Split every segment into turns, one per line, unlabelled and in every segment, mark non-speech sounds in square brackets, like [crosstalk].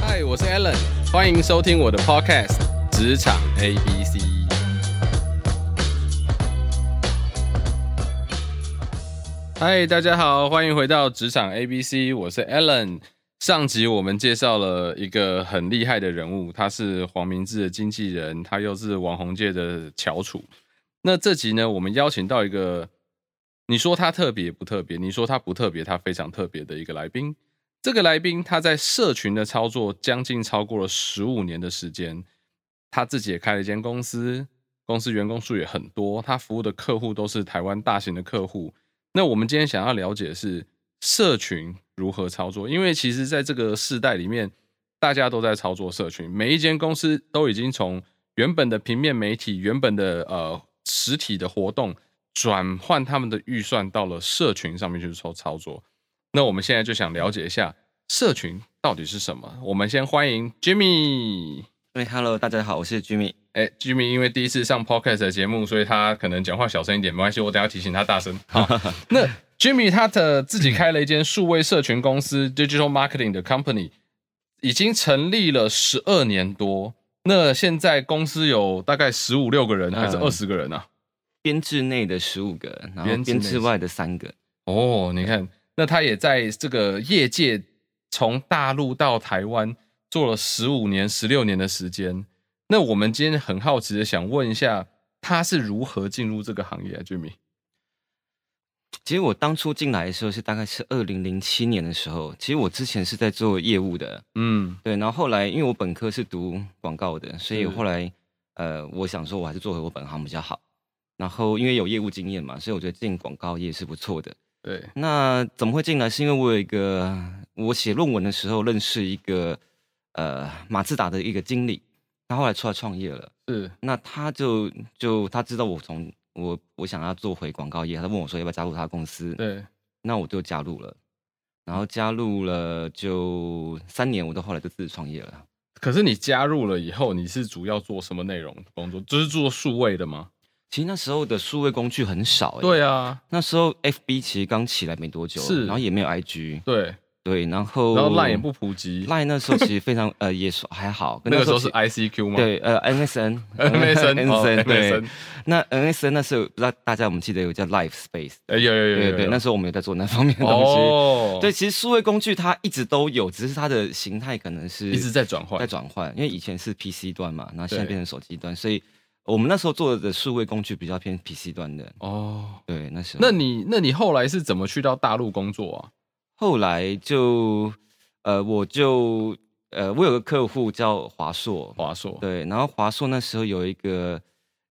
嗨，我是 Alan，欢迎收听我的 Podcast《职场 A B C》。嗨，大家好，欢迎回到《职场 A B C》，我是 Alan。上集我们介绍了一个很厉害的人物，他是黄明志的经纪人，他又是网红界的翘楚。那这集呢，我们邀请到一个，你说他特别不特别？你说他不特别，他非常特别的一个来宾。这个来宾他在社群的操作将近超过了十五年的时间，他自己也开了一间公司，公司员工数也很多，他服务的客户都是台湾大型的客户。那我们今天想要了解的是社群如何操作，因为其实在这个世代里面，大家都在操作社群，每一间公司都已经从原本的平面媒体、原本的呃实体的活动，转换他们的预算到了社群上面去做操作。那我们现在就想了解一下社群到底是什么。我们先欢迎 Jimmy。
喂，Hello，大哎家好，我是 Jimmy。
哎，Jimmy 因为第一次上 Podcast 的节目，所以他可能讲话小声一点，没关系，我等一下提醒他大声。好，那 Jimmy 他的自己开了一间数位社群公司 [coughs] Digital Marketing 的 company，已经成立了十二年多。那现在公司有大概十五六个人，还是
嗯
二十个人啊？
编制内的十五个，然
编
后
制内
编制外的三个。
哦，你看，那他也在这个业界从大陆到台湾做了十五年、十六年的时间。那我们今天很好奇的想问一下，他是如何进入这个行业啊，Jimmy？
其实我当初进来的时候是大概是二零零七年的时候，其实我之前是在做业务的，
嗯
对。然后后来因为我本科是读广告的，所以
是
我后来呃，我想说我还是做回我本行比较好。然后因为有业务经验嘛，所以我觉得进广告业是不错的。
对，
那怎么会进来？是因为我有一个，我写论文的时候认识一个呃马自达的一个经理，他后来出来创业了。
是
那他就就他知道我从我我想要做回广告业，他问我说要不要加入他的公司，
对，嗯
那我就加入了，然后加入了就三年，我到后来就自己创业了。
可是你加入了以后，你是主要做什么内容的工作？就是做数位的吗？
其实那时候的数位工具很少、欸，，
对啊，
那时候 FB 其实刚起来没多久，
是
然后也没有 IG，
对，
对，然后
然后 Line 也不普及，
Line 哦那时候其实非常呃也说还好，跟
那个时候
其
是 ICQ 吗？ [laughs]
对呃 NSN
，MSN 哦
NSN 对
MSN，
那 NSN 那时候不知道大家有没有记得有叫 Live Space。
哎有有有有
对
有
对，那时候我们也在做那方面的东西。
哦，
对，，其实数位工具它一直都有，只是它的形态可能是
一直在转换
在，转换，因为以前是 PC 端嘛，那现在
对
变成手机端，所以我们那时候做的数位工具比较偏 PC 端的。
哦。
对，那时候。
那你那你后来是怎么去到大陆工作啊？
后来就呃，我就呃，我有个客户叫华硕，
华硕，
对，然后华硕那时候有一个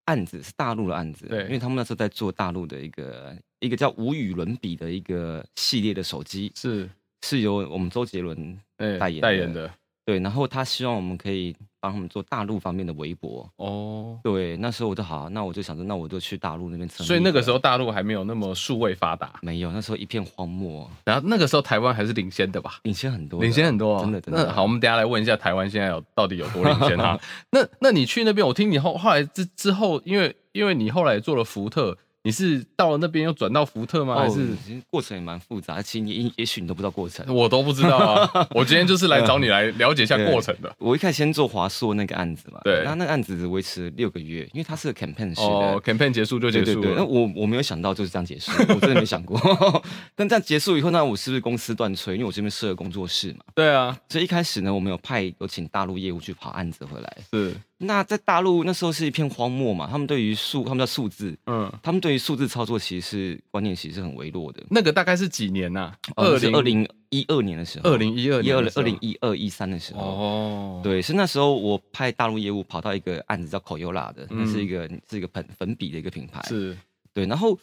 案子是大陆的案子，
对
因为他们那时候在做大陆的一个一个叫无与伦比的一个系列的手机，
是，
是由我们周杰伦
哎
代言
代言
的
的
对，然后他希望我们可以帮他们做大陆方面的微博。
哦。
对，那时候我就好，那我就想着，那我就去大陆那边成立。
所以那个时候大陆还没有那么数位发达，
没有，那时候一片荒漠，
然后那个时候台湾还是领先的吧？
领先很多的，
领先很多、哦，
真的真
那
的
好，我们等一下来问一下台湾现在有到底有多领先
[laughs]
哈、那那你去那边，我听你后后来之之后，因为因为你后来做了福特，你是到了那边又转到福特吗？还是
哦其实过程也蛮复杂，其实你也也许你都不知道过程。
我都不知道
[laughs]
啊？我今天就是来找你来了解一下
对
过程的。
我一开始先做华硕那个案子嘛，
对
那那个案子只维持六个月，因为它是个 campaign 式的，
哦，campaign 结束就
对
结
对
束
对，那
了，
我我没有想到就是这样结束，我真的没想过。 [laughs] 但这样结束以后，那我是不是公司断炊？因为我这边设了工作室嘛，
对啊，
所以一开始呢，我们有派有请大陆业务去跑案子回来。
是，
那在大陆那时候是一片荒漠嘛，他们对于数，他们叫数字，
嗯，
他们对于数字操作其实是观念其实是很微弱的。
那个大概是几年呐、
哦
二
那是
零
二零一二年的时候，
二零一二
一
年
二
的时候
二零一二一三的时候，
哦，
对，是那时候我派大陆业务跑到一个案子叫 Coyola 的，那是一个是一个粉粉笔的一个品牌，
嗯是
对，然后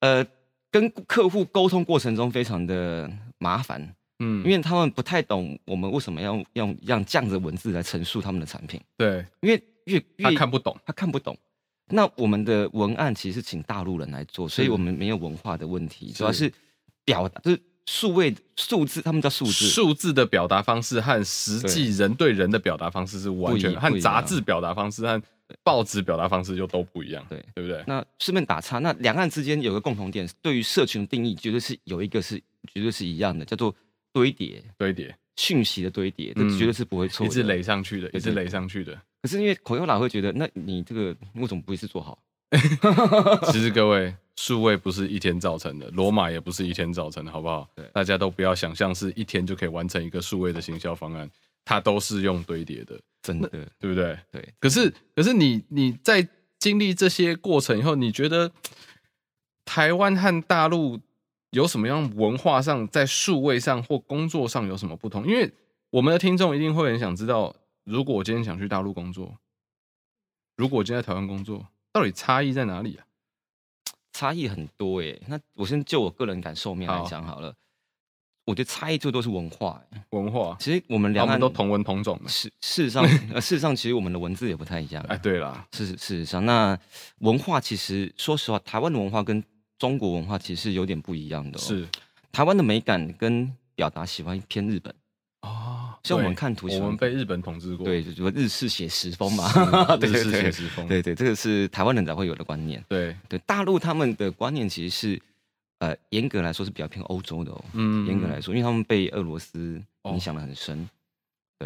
呃，跟客户沟通过程中非常的麻烦，
嗯，
因为他们不太懂我们为什么要用用这样子的文字来陈述他们的产品，
对
因为越越
他看不懂，
他看不懂。那我们的文案其实是请大陆人来做，所以
是
我们没有文化的问题，主要
是
是表达就是数位数字，他们叫数字，
数字的表达方式和实际人对人的表达方式是完
不
全
一
和
不一样
杂志表达方式和报纸表达方式就都不一样，
对。
对不对？
那顺便打岔，那两岸之间有个共同点，对于社群的定义绝对是有一个是绝对是一样的，叫做堆叠。
堆叠
讯息的堆叠，这
嗯
绝对是不会错
一
的。
直垒上去的，一直
对对
垒上去的。
可是因为口 o l 会觉得，那你这个为什么不一次做好？
其实各位，数位不是一天造成的，罗马也不是一天造成的，好不好
对？
大家都不要想象是一天就可以完成一个数位的行销方案，它都是用堆叠的，
真的，
对不对？
对，
可是，可是你你在经历这些过程以后，你觉得台湾和大陆有什么样文化上、在数位上或工作上有什么不同？因为我们的听众一定会很想知道，如果我今天想去大陆工作，如果我今天在台湾工作，到底差异在哪里啊？
差异很多诶、那我先就我个人感受面来
好
讲好了，我觉得差异最多是文化欸、
文化，
其实我们
我
两
们
岸
都同文同种的。
事事
[laughs]
实上，呃，事实上，其实我们的文字也不太一样。
哎，对啦，
事实事实上，那文化其实说实话，台湾的文化跟中国文化其实有点不一样的、哦。
是
台湾的美感跟表达喜欢偏日本，
哦，
像我们
对
看图喜
我
欢
们被日本统治过，
对，就就日式写实风嘛
是，
[laughs] 对
日
对
式
对
写实风，
对对，这个是台湾人才会有的观念。
对，
对，大陆他们的观念其实是，呃，严格来说是比较偏欧洲的哦。
嗯
严格来说，因为他们被俄罗斯
哦
影响的很深。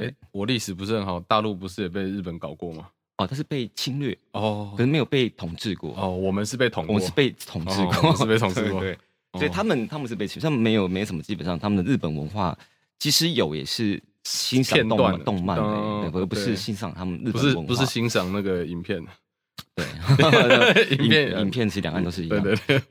哎、我历史不是很好，大陆不是也被日本搞过吗？
哦，但是被侵略，
哦
可是没有被统治过。
哦，我们是被统
我
过，
们是被统治
哦我
过，
们是被统治过
[laughs] 对，对
哦
所以他们他们是被侵，他们没有没什么，基本上他们的日本文化即使有也是欣赏
片
动
段
漫
的
动漫
嗯
的，对而不
对
是欣赏他们
不
日本
是
文
不
化。
是欣赏那个影片，
[laughs] 对
影片
影片其实两岸都是一
对
样。
对对，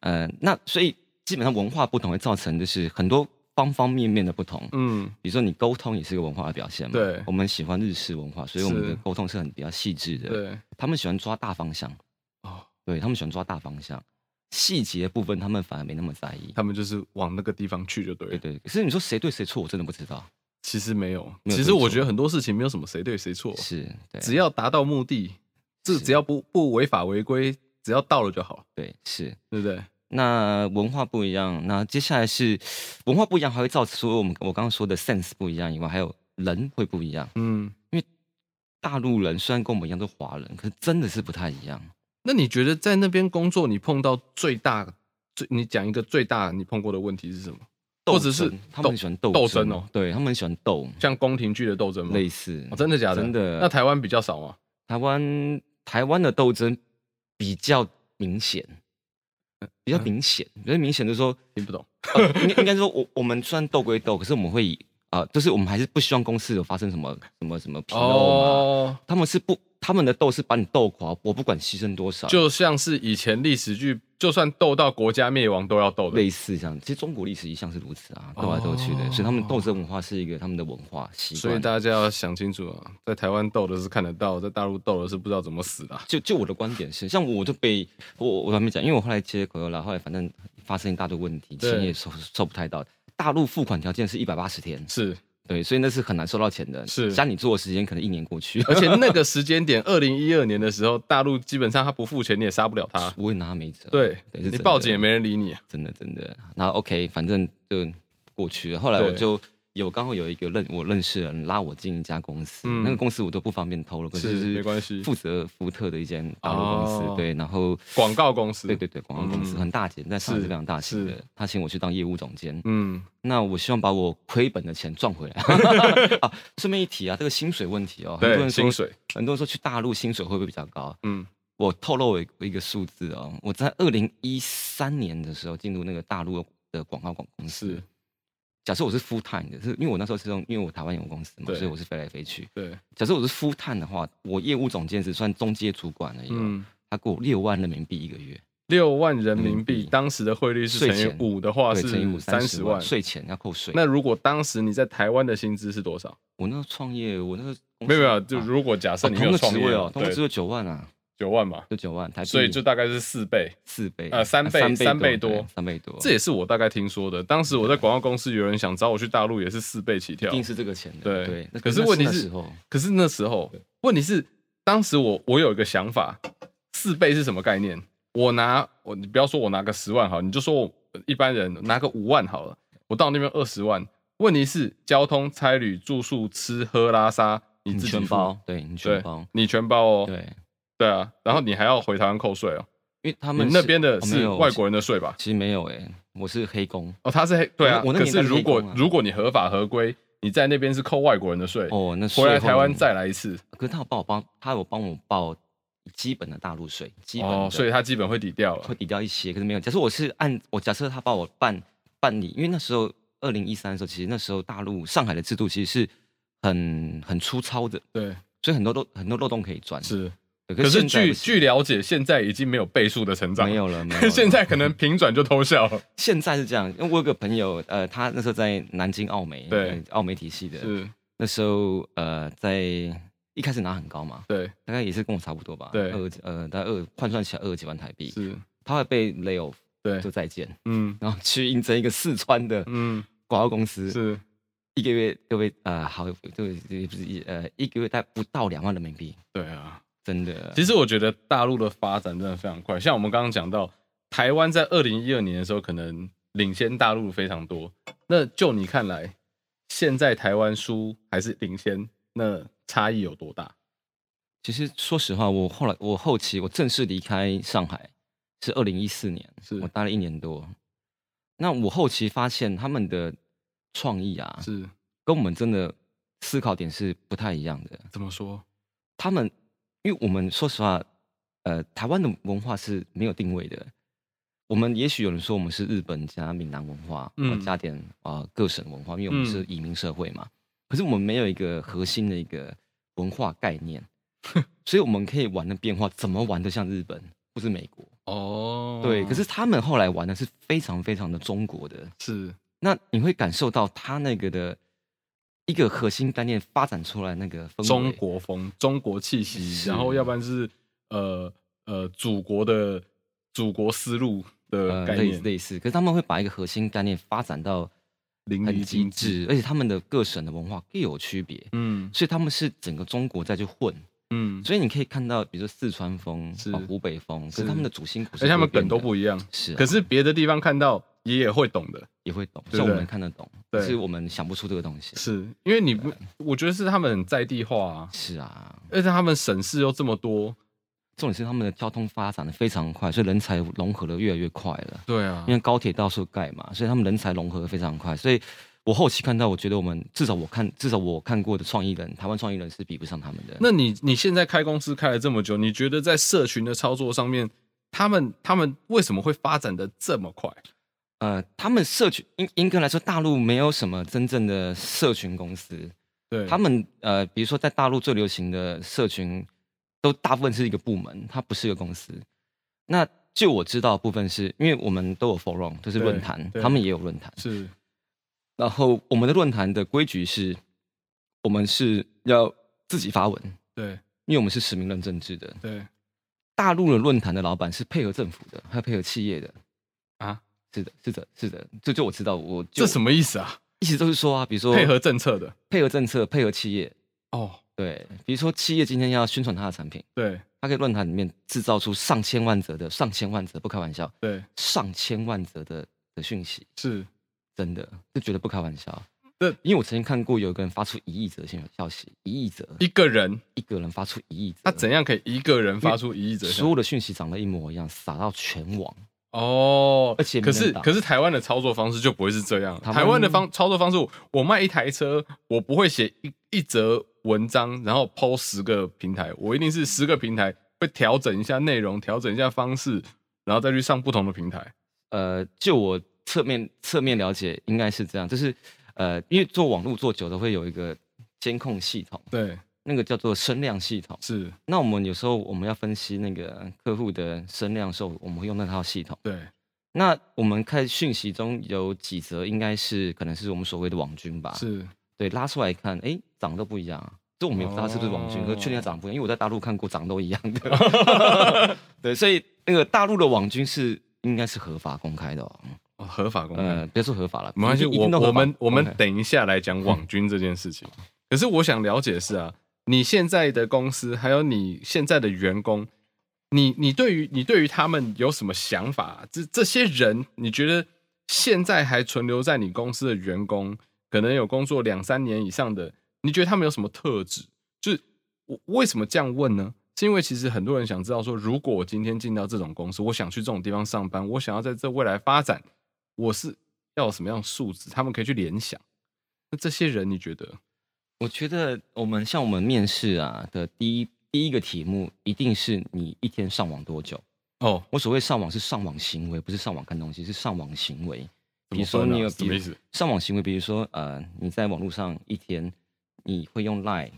呃，那所以基本上文化不同会造成就是很多方方面面的不同。
嗯，
比如说你沟通也是一个文化的表现嘛。
对
我们喜欢日式文化，所以我们的
是
沟通是很比较细致的。
对，
他们喜欢抓大方向，
哦，
对他们喜欢抓大方向，细节部分他们反而没那么在意。
他们就是往那个地方去就对了。
对对，可是你说谁对谁错，我真的不知道。
其实没有，
没有
其实我
对错
觉得很多事情没有什么谁对谁错，
是，对，
只要达到目的，这
是
只要不不违法违规，只要到了就好，
对是。
对不对？
那文化不一样，那接下来是文化不一样，还会造成除了我们我刚刚说的 sense 不一样以外，还有人会不一样。
嗯，
大陆人虽然跟我们一样都华人，可是真的是不太一样。
那你觉得在那边工作，你碰到最大最你讲一个最大你碰过的问题是什么？或者是
斗争他们很喜欢斗
斗争哦，
对他们很喜欢斗，
像宫廷剧的斗争吗？
类似、
哦真的假的？
真的
那台湾比较少吗？
台湾台湾的斗争比较明显，比
嗯
较明显，比较明显就是
[laughs]
说，
听不懂。
呃应应该说我我们虽然斗归斗，可是我们会以啊、就是我们还是不希望公司有发生什么什么什么纰漏嘛。
哦，
他们是不他们的斗是把你斗垮，我不管牺牲多少，
就像是以前历史剧，就算斗到国家灭亡都要斗的。
类似这样。其实中国历史一向是如此啊，斗来斗去的，
哦
所以他们斗争文化是一个他们的文化习
所以
惯。
大家要想清楚啊，在台湾斗的是看得到，在大陆斗的是不知道怎么死的啊、
就就我的观点是，像我就被我我还没讲，因为我后来接口油啦，后来反正发生一大堆问题，
对
钱也收收不太到。大陆付款条件是一百八十天，
是，
对，所以那是很难收到钱的。
是
像你做的时间可能一年过去，
而且那个时间点， [laughs] 二零一二年的时候，大陆基本上他不付钱，你也杀不了他。
[laughs] 啊我也拿他没辙。，
啊对，你
对是真的
报警也没人理你啊。
真的真的。然后 OK，反正就过去了。后来
对
我就有刚好有一个认我认识的人拉我进一家公司，
嗯
那个公司我都不方便透露，可
是
是
没关系
负责福特的一间大陆公司，
哦
对，然后。
广告公司，
对对对，广告公司
嗯
很大间，在上海
是
是非常大型
是
的。他请我去当业务总监，
嗯，
那我希望把我亏本的钱赚
[laughs]
回来啊。顺便一提啊，这个薪水问题哦，很多
对，
人
薪
说，
水，
很多人说去大陆薪水会不会比较高？
嗯，
我透露一一个数字哦，我在二零一三年的时候进入那个大陆的广告广公司
是。
假设我是 full time 的，是因为我那时候是用，因为我台湾有公司嘛，
对
所以我是飞来飞去。
对，
假设我是 full time 的话，我业务总监只算中介主管而已哦、
嗯，
他给我六万人民币一个月，
六万人民
人
币，
民币
当时的汇率是
税
乘以
前
五的话
对，乘以
是
五
三
三
十
十
万
万，。税前要扣税。
那如果当时你在台湾的薪资是多少？
我那时候创业，我那时候
没有没有，
啊
就如果假设
哦
你没
同
有
个
创
职
业
位
嘛
哦，同个职
对
位九万啊，
九万嘛，
就九万台币，
所以就大概是四倍。
四倍啊
呃三倍三
三
倍
倍
多
对三倍多，
这也是我大概听说的。当时我在广告公司，有人想找我去大陆，也是四倍起
一
跳。
定是这个钱的。
对
对，那
可是问题
那
是
时候
可是那时候，问题是当时我我有一个想法，四倍是什么概念？我拿我你不要说我拿个十万好，你就说我一般人拿个五万好了。我到那边二十万，问题是交通、差旅、住宿、吃喝拉撒你
你
自己
全
付，
包，对你全
对
包，，
你全包哦。
对，
对啊，然后你还要回台湾扣税哦。
因为他
你
们
那
是
边的
哦没
是
有
外国人的税吧？
其实没有哎，我是黑工，
哦，他是黑对啊，
我那
可
我那年代
是
是
如
黑
果
工啊
如果你合法合规，你在那边是扣外国人的税，
哦，那税
回来
后
台湾
面
再来一次，
可是他有帮我帮，他有帮我报基本的大陆税，基本的、
哦，所以它基本会抵掉了
会。抵掉一些，可是没有。假设我是按我假设他帮我办办理，因为那时候二零一三的时候，其实那时候大陆上海的制度其实是很很粗糙的，
对，
所以很多漏很多漏洞可以钻。
是。
对，
可是
现在
据
不行
据了解，现在已经没有倍数的成长，
没有了，没有了
[laughs] 现在可能平转就偷
[laughs]
笑了。
现在是这样，因为我有个朋友，呃，他那时候在南京奥美，
对
呃，奥美体系的，
是，
那时候呃，在一开始拿很高嘛，
对，
大概也是跟我差不多吧，
对
二呃，大概二换算起来二十几万台币，
是，
他会被 lay off，
对
就，再见，
嗯
然后去应征一个四
[laughs]
川的
嗯，
广告公司，
是，
一个月各位呃，好，就也不是一呃，一个月大概不到两万人民币，
对啊。
真的，
其实我觉得大陆的发展真的非常快，像我们刚刚讲到，台湾在二零一二年的时候可能领先大陆非常多。那就你看来，现在台湾输还是领先，那差异有多大？
其实说实话，我后来我后期我正式离开上海是二零一四年，
是
我待了一年多。那我后期发现他们的创意啊，
是
跟我们真的思考点是不太一样的。
怎么说？
他们，因为我们说实话，呃，台湾的文化是没有定位的。我们也许有人说我们是日本加闽南文化，
嗯
嗯，加点啊、呃各省文化，因为我们
嗯
是移民社会嘛。可是我们没有一个核心的一个文化概
[laughs]
念，所以我们可以玩的变化，怎么玩都像日本或是美国。
哦
对，可是他们后来玩的是非常非常的中国的，
是
那你会感受到他那个的一个核心概念发展出来那个氛围。
中国风、中国气息，
是
然后要不然是呃呃祖国的祖国思路的
呃，
概
类
念
似，类似，可是他们会把一个核心概念发展到
淋漓
很极
尽致。
致，而且他们的各省的文化各有区别，
嗯
所以他们是整个中国在去混，
嗯，
所以你可以看到，比如说四川风、
是
啊湖北风，可
是
是他们的主心骨
而
是
且他
不会
们梗
变
都
的
不一样，
是啊、
可是别的地方看到爷也会懂的，
也会懂，
对不
像我
对
们看得懂，
对
可是我们想不出这个东西。
是因为你不，我觉得是他们很在地化啊，
是啊，
而且他们省市又这么多，
重点是他们的交通发展的非常快，所以人才融合的越来越快了。
对啊
因，为高铁到处盖嘛，所以他们人才融合的非常快。所以我后期看到，我觉得我们至少我看至少我看过的创意人，台湾创意人是比不上他们的。
那你你现在开公司开了这么久，你觉得在社群的操作上面，他们他们为什么会发展的这么快？
呃，他们社群应应该来说，大陆没有什么真正的社群公司。
对，
他们呃，比如说在大陆最流行的社群，都大部分是一个部门，它不是一个公司。那就我知道的部分是，因为我们都有 forum，就是
对
论坛，
对
他们也有论坛。
是
然后我们的论坛的规矩是，我们是要自己发文，
对
因为我们是实名认证制的。
对
大陆的论坛的老板是配合政府的，还有配合企业的。
啊，
是的，是的，是的，这就我知道，我
这
就
什么意思啊？
意思都是说啊，比如说
配合政策的
配合政策，配合企业。
哦，
对，比如说企业今天要宣传它的产品，
对
它可以论坛里面制造出上千万则的上千万则，不开玩笑，
对
上千万则的的讯息，
是，
真的就觉得不开玩笑。
这
因为我曾经看过有一个人发出一亿则信消息，一亿则，
一个人
一个人发出一亿则，
他怎样可以一个人发出一亿折
所有的讯息长得一模一样，撒到全网。
哦，
而且没
可
人
是
打
可是台湾的操作方式就不会是这样。
台湾
台湾的方操作方式，我我卖一台车，我不会写一一则文章，然后抛十个平台，我一定是十个平台会调整一下内容，调整一下方式，然后再去上不同的平台。
呃，就我侧面侧面了解，应该是这样，就是呃，因为做网络做久了会有一个监控系统，
对，
那个叫做声量系统。
是，
那我们有时候我们要分析那个客户的声量的时候，我们会用那套系统。
对，
那我们看讯息中有几则，应该是可能是我们所谓的网军吧？
是，
对，拉出来看，哎，长得都不一样啊。这我们也不知道是不是网军，
哦
可是确定它长得不一样，因为我在大陆看过，长得都一样的。对，所以那个大陆的网军是应该是合法公开的哦。
哦合法公开。
呃，别说合法了，
没关系，
一定
我
一定都合
我
法
们我们
OK
等一下来讲网军这件事
[laughs]
情。可是我想了解的是啊，你现在的公司还有你现在的员工，你你对于你对于他们有什么想法啊、这这些人，你觉得现在还存留在你公司的员工，可能有工作两三年以上的，你觉得他们有什么特质？就是我为什么这样问呢？是因为其实很多人想知道说，如果我今天进到这种公司，我想去这种地方上班，我想要在这未来发展，我是要有什么样的素质？他们可以去联想。那这些人你觉得？
我觉得我们像我们面试啊的第一第一个题目，一定是你一天上网多久。
哦，
我所谓上网是上网行为，不是上网看东西，是上网行为。
怎
比如
么分
说
啊
你有
什么意思？
上网行为，比如说呃，你在网络上一天，你会用 Line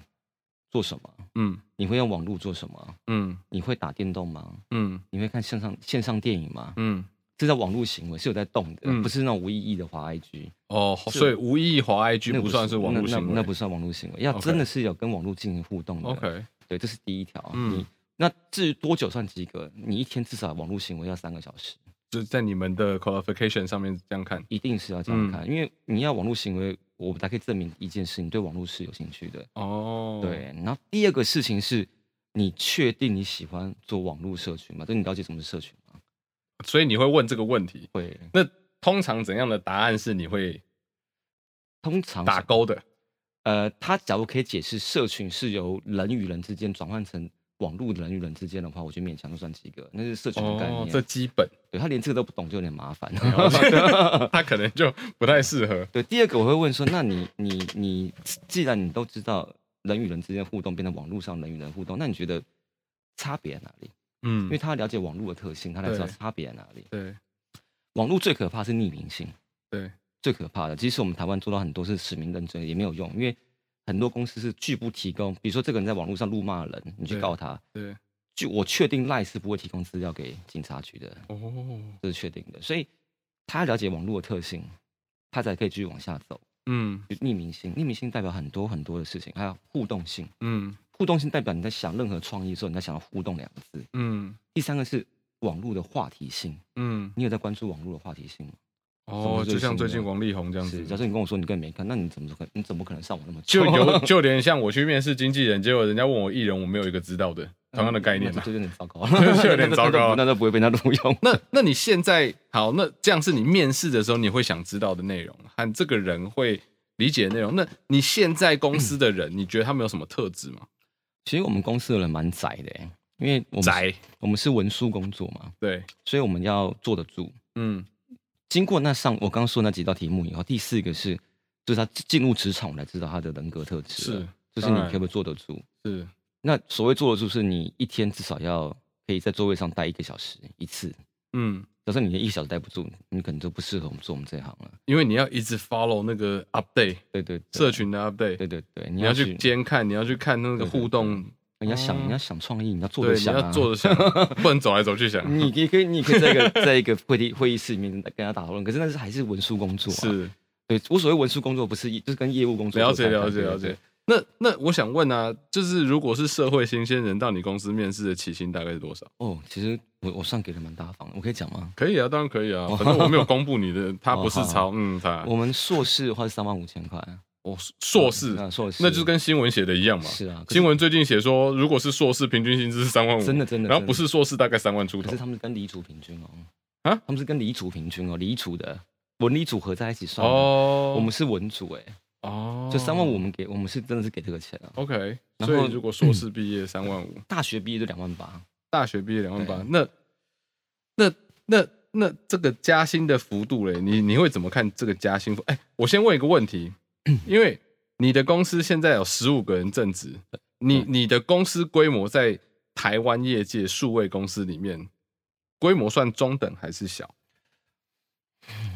做什么？
嗯
你会用网络做什么？
嗯
你会打电动吗？
嗯
你会看线上线上电影吗？
嗯，
这叫网络行为，是有在动的，
嗯
不是那种无意义的滑 IG。
哦，
是
所以无意义滑
那
IG 不算是网络行为，
那那，那不算网络行为，要
OK
真的是有跟网络进行互动的。
OK，
对，这是第一条。
嗯
嗯，那至于多久算及格？你一天至少网络行为要三个小时，
就是在你们的 qualification 上面这样看。
一定是要这
嗯
样看，因为你要网络行为，我们才可以证明一件事，你对网络是有兴趣的。
哦，
对，，然后第二个事情是，你确定你喜欢做网络社群吗？就你了解什么是社群吗？
所以你会问这个问题。
会，
那通常怎样的答案是你会
通常
打
是
勾的？
呃，他假如可以解释社群是由人与人之间转换成网络人与人之间的话，我觉得勉强就算及格，那是社群的概念。啊
哦 [laughs] 这基本，
对他连这个都不懂，就有点麻烦。
他可能就不太适合。
[laughs] 对，第二个我会问说，那你你你，既然你都知道人与人之间互动变成网络上人与人互动，那你觉得差别在哪里？
嗯
因为他了解网络的特性，他才知道
对
差别在哪里。
对
网络最可怕是匿名性，
对，
最可怕的。即使我们台湾做到很多是实名认证，也没有用，因为很多公司是拒不提供。比如说这个人在网络上辱骂人，你去
对
告他，
对，
就我确定赖是不会提供资料给警察局的，
哦，
这是确定的。所以他了解网络的特性，他才可以继续往下走。
嗯
就匿名性，匿名性代表很多很多的事情，还有互动性。
嗯
互动性代表你在想任何创意的时候，你在想到互动两个字。
嗯
第三个是网络的话题性，
嗯，
你有在关注网络的话题性吗？
哦，就像最近王力宏这样
是，假
子，
设你跟我说你根本没看，那你怎么可你怎么可能上网那么嗯久？
就 [laughs] 有就连像我去面试经纪人，结果人家问我艺人，我没有一个知道的，同样的概念
那
嘛。，
就有点糟糕
[laughs] 就有点糟糕
[laughs] 那都不会被他录用。
那那你现在好，那这样是你面试的时候你会想知道的内容，和这个人会理解的内容。那你现在公司的 [clears throat] 人，你觉得他们有什么特质吗？
其实我们公司的人蛮宅的欸，因为我们是
宅，
我们是文书工作嘛，
对，
所以我们要坐得住。
嗯
经过那上我刚刚说那几道题目以后，第四个是，就是他进入职场我才知道他的人格特质了，
是嗯
就是你
当然
可不可以坐得住。
是，
那所谓坐得住，是你一天至少要可以在座位上待一个小时一次。
嗯，
假设你一个小时待不住，你可能就不适合我们做我们这一行了。
因为你要一直 follow 那个 update
对对对
社，群的 update，
对对对，你
你
要
要
去
去，监看，你要去看那个
对对
互动，
你要想，你要想创意，你要做得
对，你
想
要
啊。
坐着想，不能走来走去想。
[laughs] 你你可以，你可以在一个 [laughs] 在一个会议会议室里面跟他打讨论，可是那是还是文书工作、啊。，
是
对我所谓文书工作，不是就是跟业务工作
了解
做搭配
了解
对对
了
对
解。那那我想问啊，就是如果是社会新鲜人到你公司面试的起薪大概是多少？
哦，其实我我算给的蛮大方的，我可以讲吗？
可以啊，当然可以啊，反正我没有公布你
[laughs]
的，他
哦
不是
好
超，嗯，他
我们硕士的话是三万五千块，啊
我硕士，
那硕士嗯
那就是跟新闻写的一样嘛。
是啊，可是
新闻最近写说，如果是硕士，平均薪资是三万五，
真的真的
然后
真的
不是硕士，大概三万出
可
头
是。他们跟黎族平均哦，
啊
啊，他们是跟黎族平均哦，黎族的文理组合在一起算哦，
哦，
我们是文组哎，
哦，
就三万五，我们给我们是真的是给这个钱啊，
OK，
然
所
后嗯
以如果硕士毕业三万五，
大学毕业就两万八，
大学毕业两万八
对，
那那那那这个加薪的幅度嘞，你你会怎么看这个加薪幅？哎、我先问一个问题，因为你的公司现在有十五个人正职，你你的公司规模在台湾业界数位公司里面，规模算中等还是小？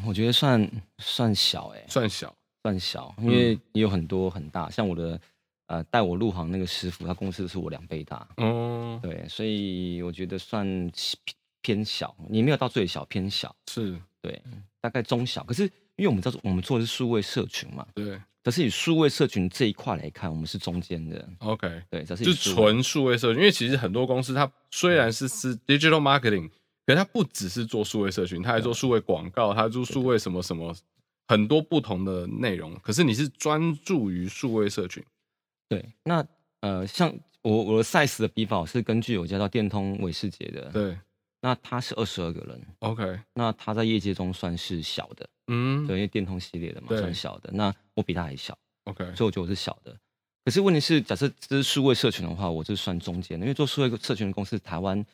我觉得算算小哎，
算小。
算小，因
嗯
为也有很多很大，像我的呃带我入行那个师傅，他公司是我两倍大，
哦，
对，所以我觉得算偏小，你没有到最小，偏小。
是，
对，大概中小。可是因为我们知道我们做的是数位社群嘛，
对
可是以数位社群这一块来看，我们是中间的，
，OK。
对，只是以
就
数位
纯数位社群，因为其实很多公司它虽然是是 digital marketing，可是它不只是做数位社群，它还做数位广告，它做数位什么什么很多不同的内容。可是你是专注于数位社群，
对。那呃，像我我的 size 的比法是根据有一家叫电通韦世杰的，
对
那他是二十二个人，
，OK，
那他在业界中算是小的，
嗯，
对，因为电通系列的嘛，
对
算小的。那我比他还小，
，OK，
所以我觉得我是小的。可是问题是，假设这是数位社群的话，我就算中间的，因为做数位社群的公司，台湾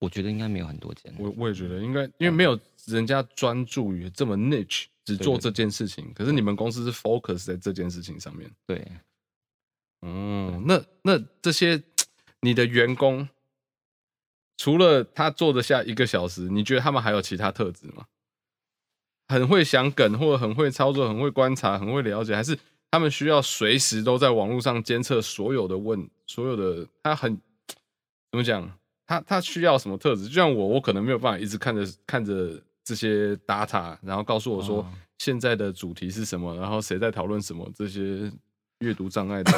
我觉得应该没有很多间。
我我也觉得应该，因为没有人家专注于这么 niche 只做这件事情，可是你们公司是 focus 在这件事情上面。
对，
哦，那那这些你的员工，除了他做得下一个小时，你觉得他们还有其他特质吗？很会想梗，或者很会操作，很会观察，很会了解，还是他们需要随时都在网络上监测所有的问，所有的他很怎么讲？他他需要什么特质？就像我，我可能没有办法一直看着看着这些 data，然后告诉我说
哦
现在的主题是什么，然后谁在讨论什么这些阅读障碍的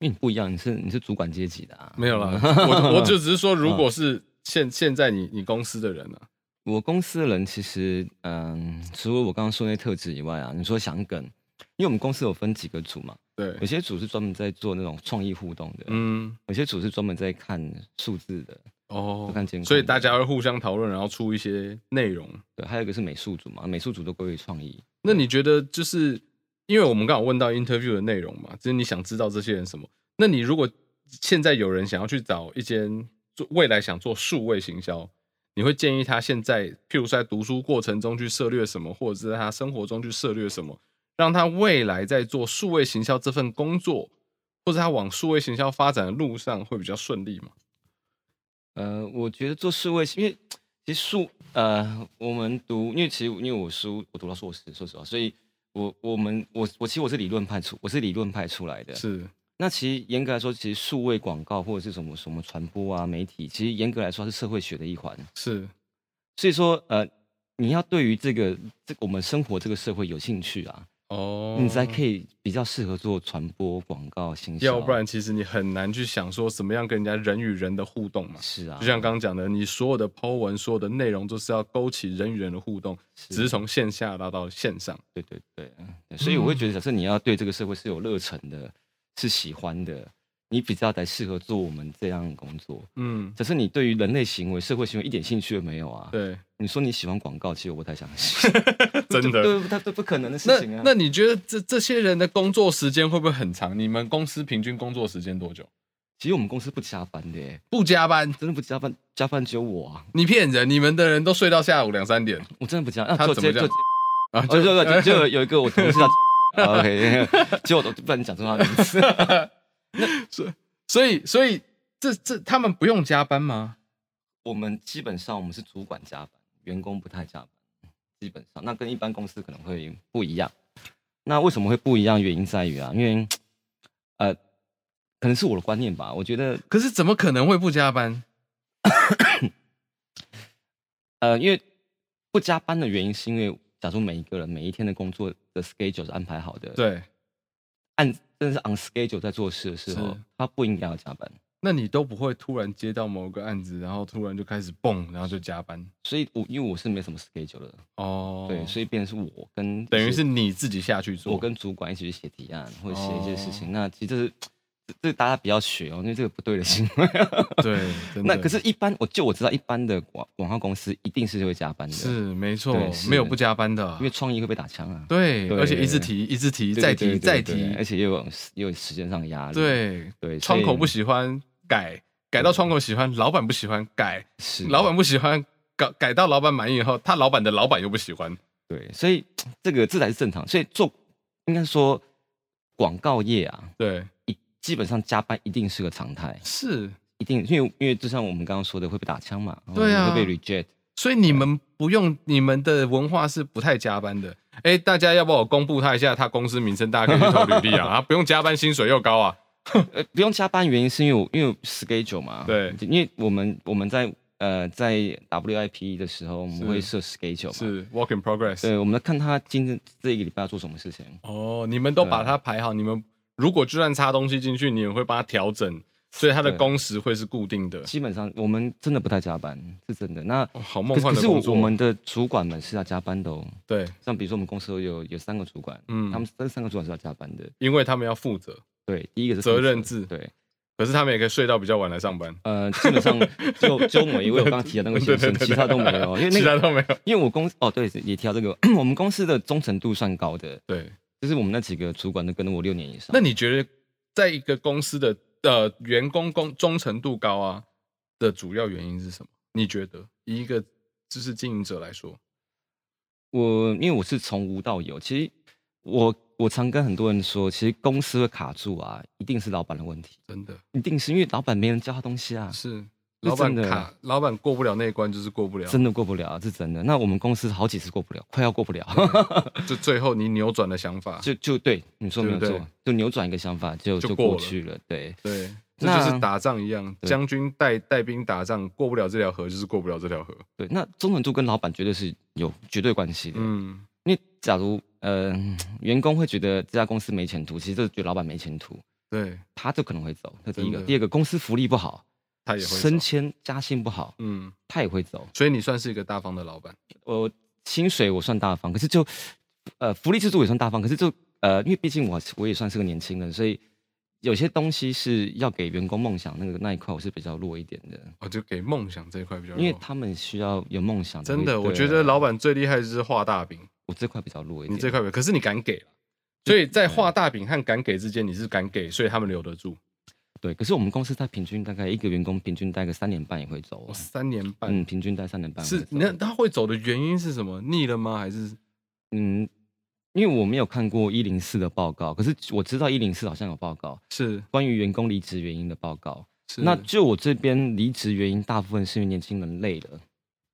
因为你不一样，你是你是主管阶级的啊。
没有啦，我我就只是
[laughs]
说，如果是现现在你你公司的人啊呢、
我公司的人其实，嗯，除了我刚刚说那些特质以外啊，你说想梗，因为我们公司有分几个组嘛，有
对，
些组是专门在做那种创意互动的，
嗯，
有些组是专门在看数字的，
哦
不看监控
所以大家会互相讨论，然后出一些内容。
对，还有一个是美术组嘛，美术组都归为创意。
那你觉得就是因为我们刚好问到 interview 的内容嘛，就是你想知道这些人什么？那你如果现在有人想要去找一间做未来想做数位行销，你会建议他现在，譬如说在读书过程中去涉略什么，或者是在他生活中去涉略什么，让他未来在做数位行销这份工作，或者他往数位行销发展的路上会比较顺利吗？
呃，我觉得做数位，因为其实数呃，我们读，因为其实因为我书我读到硕士，说实话，所以我我们我我其实我是理论派出，我是理论派出来的。
是，
那其实严格来说，其实数位广告或者是什么什么传播啊、媒体，其实严格来说它是社会学的一环。
是，
所以说，呃，你要对于这个这我们生活这个社会有兴趣啊，
哦，
你才可以比较适合做传播、广告、行销。
要不然其实你很难去想说怎么样跟人家人与人的互动嘛。
是啊，
就像刚刚讲的，你所有的 Po 文、所有的内容，就是要勾起人与人的互动，
是
只是从线下拉到线上。
对对对，对所以我会
嗯
觉得，假设你要对这个社会是有热忱的，是喜欢的，你比较才适合做我们这样的工作。
嗯，
假设你对于人类行为、社会行为一点兴趣都没有啊， [laughs]
对，
你说你喜欢广告，其实我不太相信，
[laughs] 真的。
对，它都不可能的事
那
情啊。
那你觉得这这些人的工作时间会不会很长？你们公司平均工作时间多久？
其实我们公司不加班的耶，
不加班？
真的不加班，加班只有我啊，
你骗人！你们的人都睡到下午两三点
我真的不加。啊
他
就
怎么这
就
样
就
啊！
哦，就就就有一个我同事
[laughs]
叫啊，OK，结果我都不能讲出他的名字。
所以所以这这他们不用加班吗？
我们基本上我们是主管加班，员工不太加班，基本上那跟一般公司可能会不一样。那为什么会不一样？原因在于啊，因为呃，可能是我的观念吧。我觉得
可是怎么可能会不加班？
呃，因为不加班的原因是因为，假如每一个人每一天的工作的 schedule 是安排好的，，
对，
按真的是 on schedule 在做事的时候
是，
他不应该要加班。
那你都不会突然接到某个案子，然后突然就开始蹦，然后就加班
所以我因为我是没什么 schedule 的，
哦。
对，所以变成是我跟
等于是你自己下去做，
我跟主管一起去写提案或者写一些事情。
哦
那其实这是这这大家不要学哦，因为这个不对的行为。
[laughs]
哦
对，真的
[laughs] 那可是，一般我就我知道，一般的广广告公司一定是会加班的，
是没错
嗯对，是
没有不加班的啊
因，为创意会被打枪啊。
对，
对
而且一直提，一直提，
对
再
对
提，
对
再
对对
提
而，且又有又有时间上的压力。
对，
对，嗯
窗口不喜
行，
欢改，改到窗口喜欢，老板不喜欢改，
是
老板不喜欢改，改到老板满意以后，他老板的老板又不喜欢，
对，所以这个这才是正常。所以做应该说广告业啊，
对，
一基本上加班一定是个常态，
是，
一定因为因为就像我们刚刚说的，会被打枪嘛，哦
对啊
会被 reject。
所以你们不用，你们的文化是不太加班的。哎，大家要不要我公布他一下他公司名称，大家可以去投履历
[laughs]
啊，啊，不用加班，薪水又高啊，
呃，不用加班原因是因为我因为 schedule 嘛，
对
因为我们我们在呃在 WIP 的时候，我
是
们会设 schedule 嘛，，
是 work in progress。
对，我们看他今天这一个礼拜要做什么事情，
哦，你们都把
对
它排好，你们如果就算插东西进去，你也会帮它调整，所以它的
对
工时会是固定的。
基本上我们真的不太加班，是真的。那
哦、好
可
梦
是
幻
可
的
是我
工作。
我们的主管们是要加班的哦，
对，
像比如说我们公司有有三个主管，
嗯
他们这三个主管是要加班的，
因为他们要负责，
对，第一个是
责
负
任制
对。
可是他们也可以睡到比较晚来上班。
呃，基本上就就某一位我刚刚提的那个
[laughs] 对对
先生，
对，
其他都没有，因为那
其他
个，
都没有。
因为我公哦对，也提到这个， [clears throat] 我们公司的忠诚度算高的，
对，
就是我们那几个主管都跟了我六年以上。
那你觉得在一个公司的呃员工工忠诚度高啊的主要原因是什么？你觉得以一个知识经营者来说，
我因为我是从无到有，其实我我常跟很多人说，其实公司会卡住啊，一定是老板的问题，
真的
一定是因为老板没人教他东西啊，
是
是
老板
真的
卡，老板过不了那一关就是过不了，
真的过不了啊，这真的。那我们公司好几次过不了，快要过不了，
就最后你扭转了想法，
[laughs] 就就对你说没有
对
错，
不对
就扭转一个想法就
就
就
过
过
了
去了，对。
对，这
那
就是打仗一样，
对
将军带带兵打仗，过不了这条河就是过不了这条河，
对，那忠诚度跟老板绝对是有绝对关系的。
嗯，
因为假如呃员工会觉得这家公司没前途，其实就是觉得老板没前途，
对，
他就可能会走。这第一
真
个，
的
第二个公司福利不好，
他也会
升
走，
迁加薪不好，
嗯，
他也会走。
所以你算是一个大方的老板，
我薪水我算大方，可是就呃福利制度也算大方，可是就呃因为毕竟我我也算是个年轻人，所以。有些东西是要给员工梦想，那个那一块我是比较弱一点的，
我哦就给梦想这一块比较弱，
因为他们需要有梦想才
哦
会。
真的，我
对啊
觉得老板最厉害的就是画大饼，
我这块比较弱一点。
你这块饼，可是你敢给了。所以在画大饼和敢给之间，你是敢给，所以他们留得住。
对，可是我们公司它平均大概一个员工平均待个三年半也会走、
我
哦，
三年半，
嗯，平均待三年半会
是
走
那他会走的原因是什么？腻了吗？还是
嗯，因为我没有看过一零四的报告，可是我知道一零四好像有报告
是
关于员工离职原因的报告。
是
那就我这边离职原因大部分是因为年轻人累了，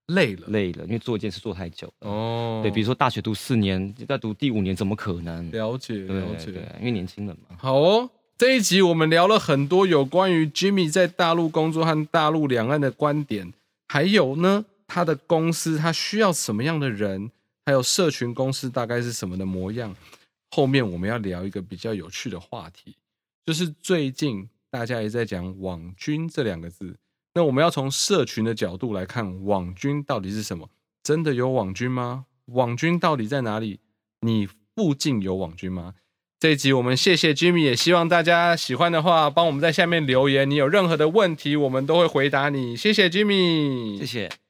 累了
累了，因为做一件事做太久了。
哦？
对，比如说大学读四年，在读第五年怎么可能？
了解
对
了
对
解，
对，因为年轻人嘛。
好哦。这一集我们聊了很多有关于 Jimmy 在大陆工作和大陆两岸的观点，还有呢，他的公司他需要什么样的人，还有社群公司大概是什么的模样。后面我们要聊一个比较有趣的话题，就是最近大家也在讲“网军”这两个字。那我们要从社群的角度来看，网军到底是什么？真的有网军吗？网军到底在哪里？你附近有网军吗？这一集我们谢谢 Jimmy，也希望大家喜欢的话，帮我们在下面留言。你有任何的问题，我们都会回答你。谢谢 Jimmy，
谢谢。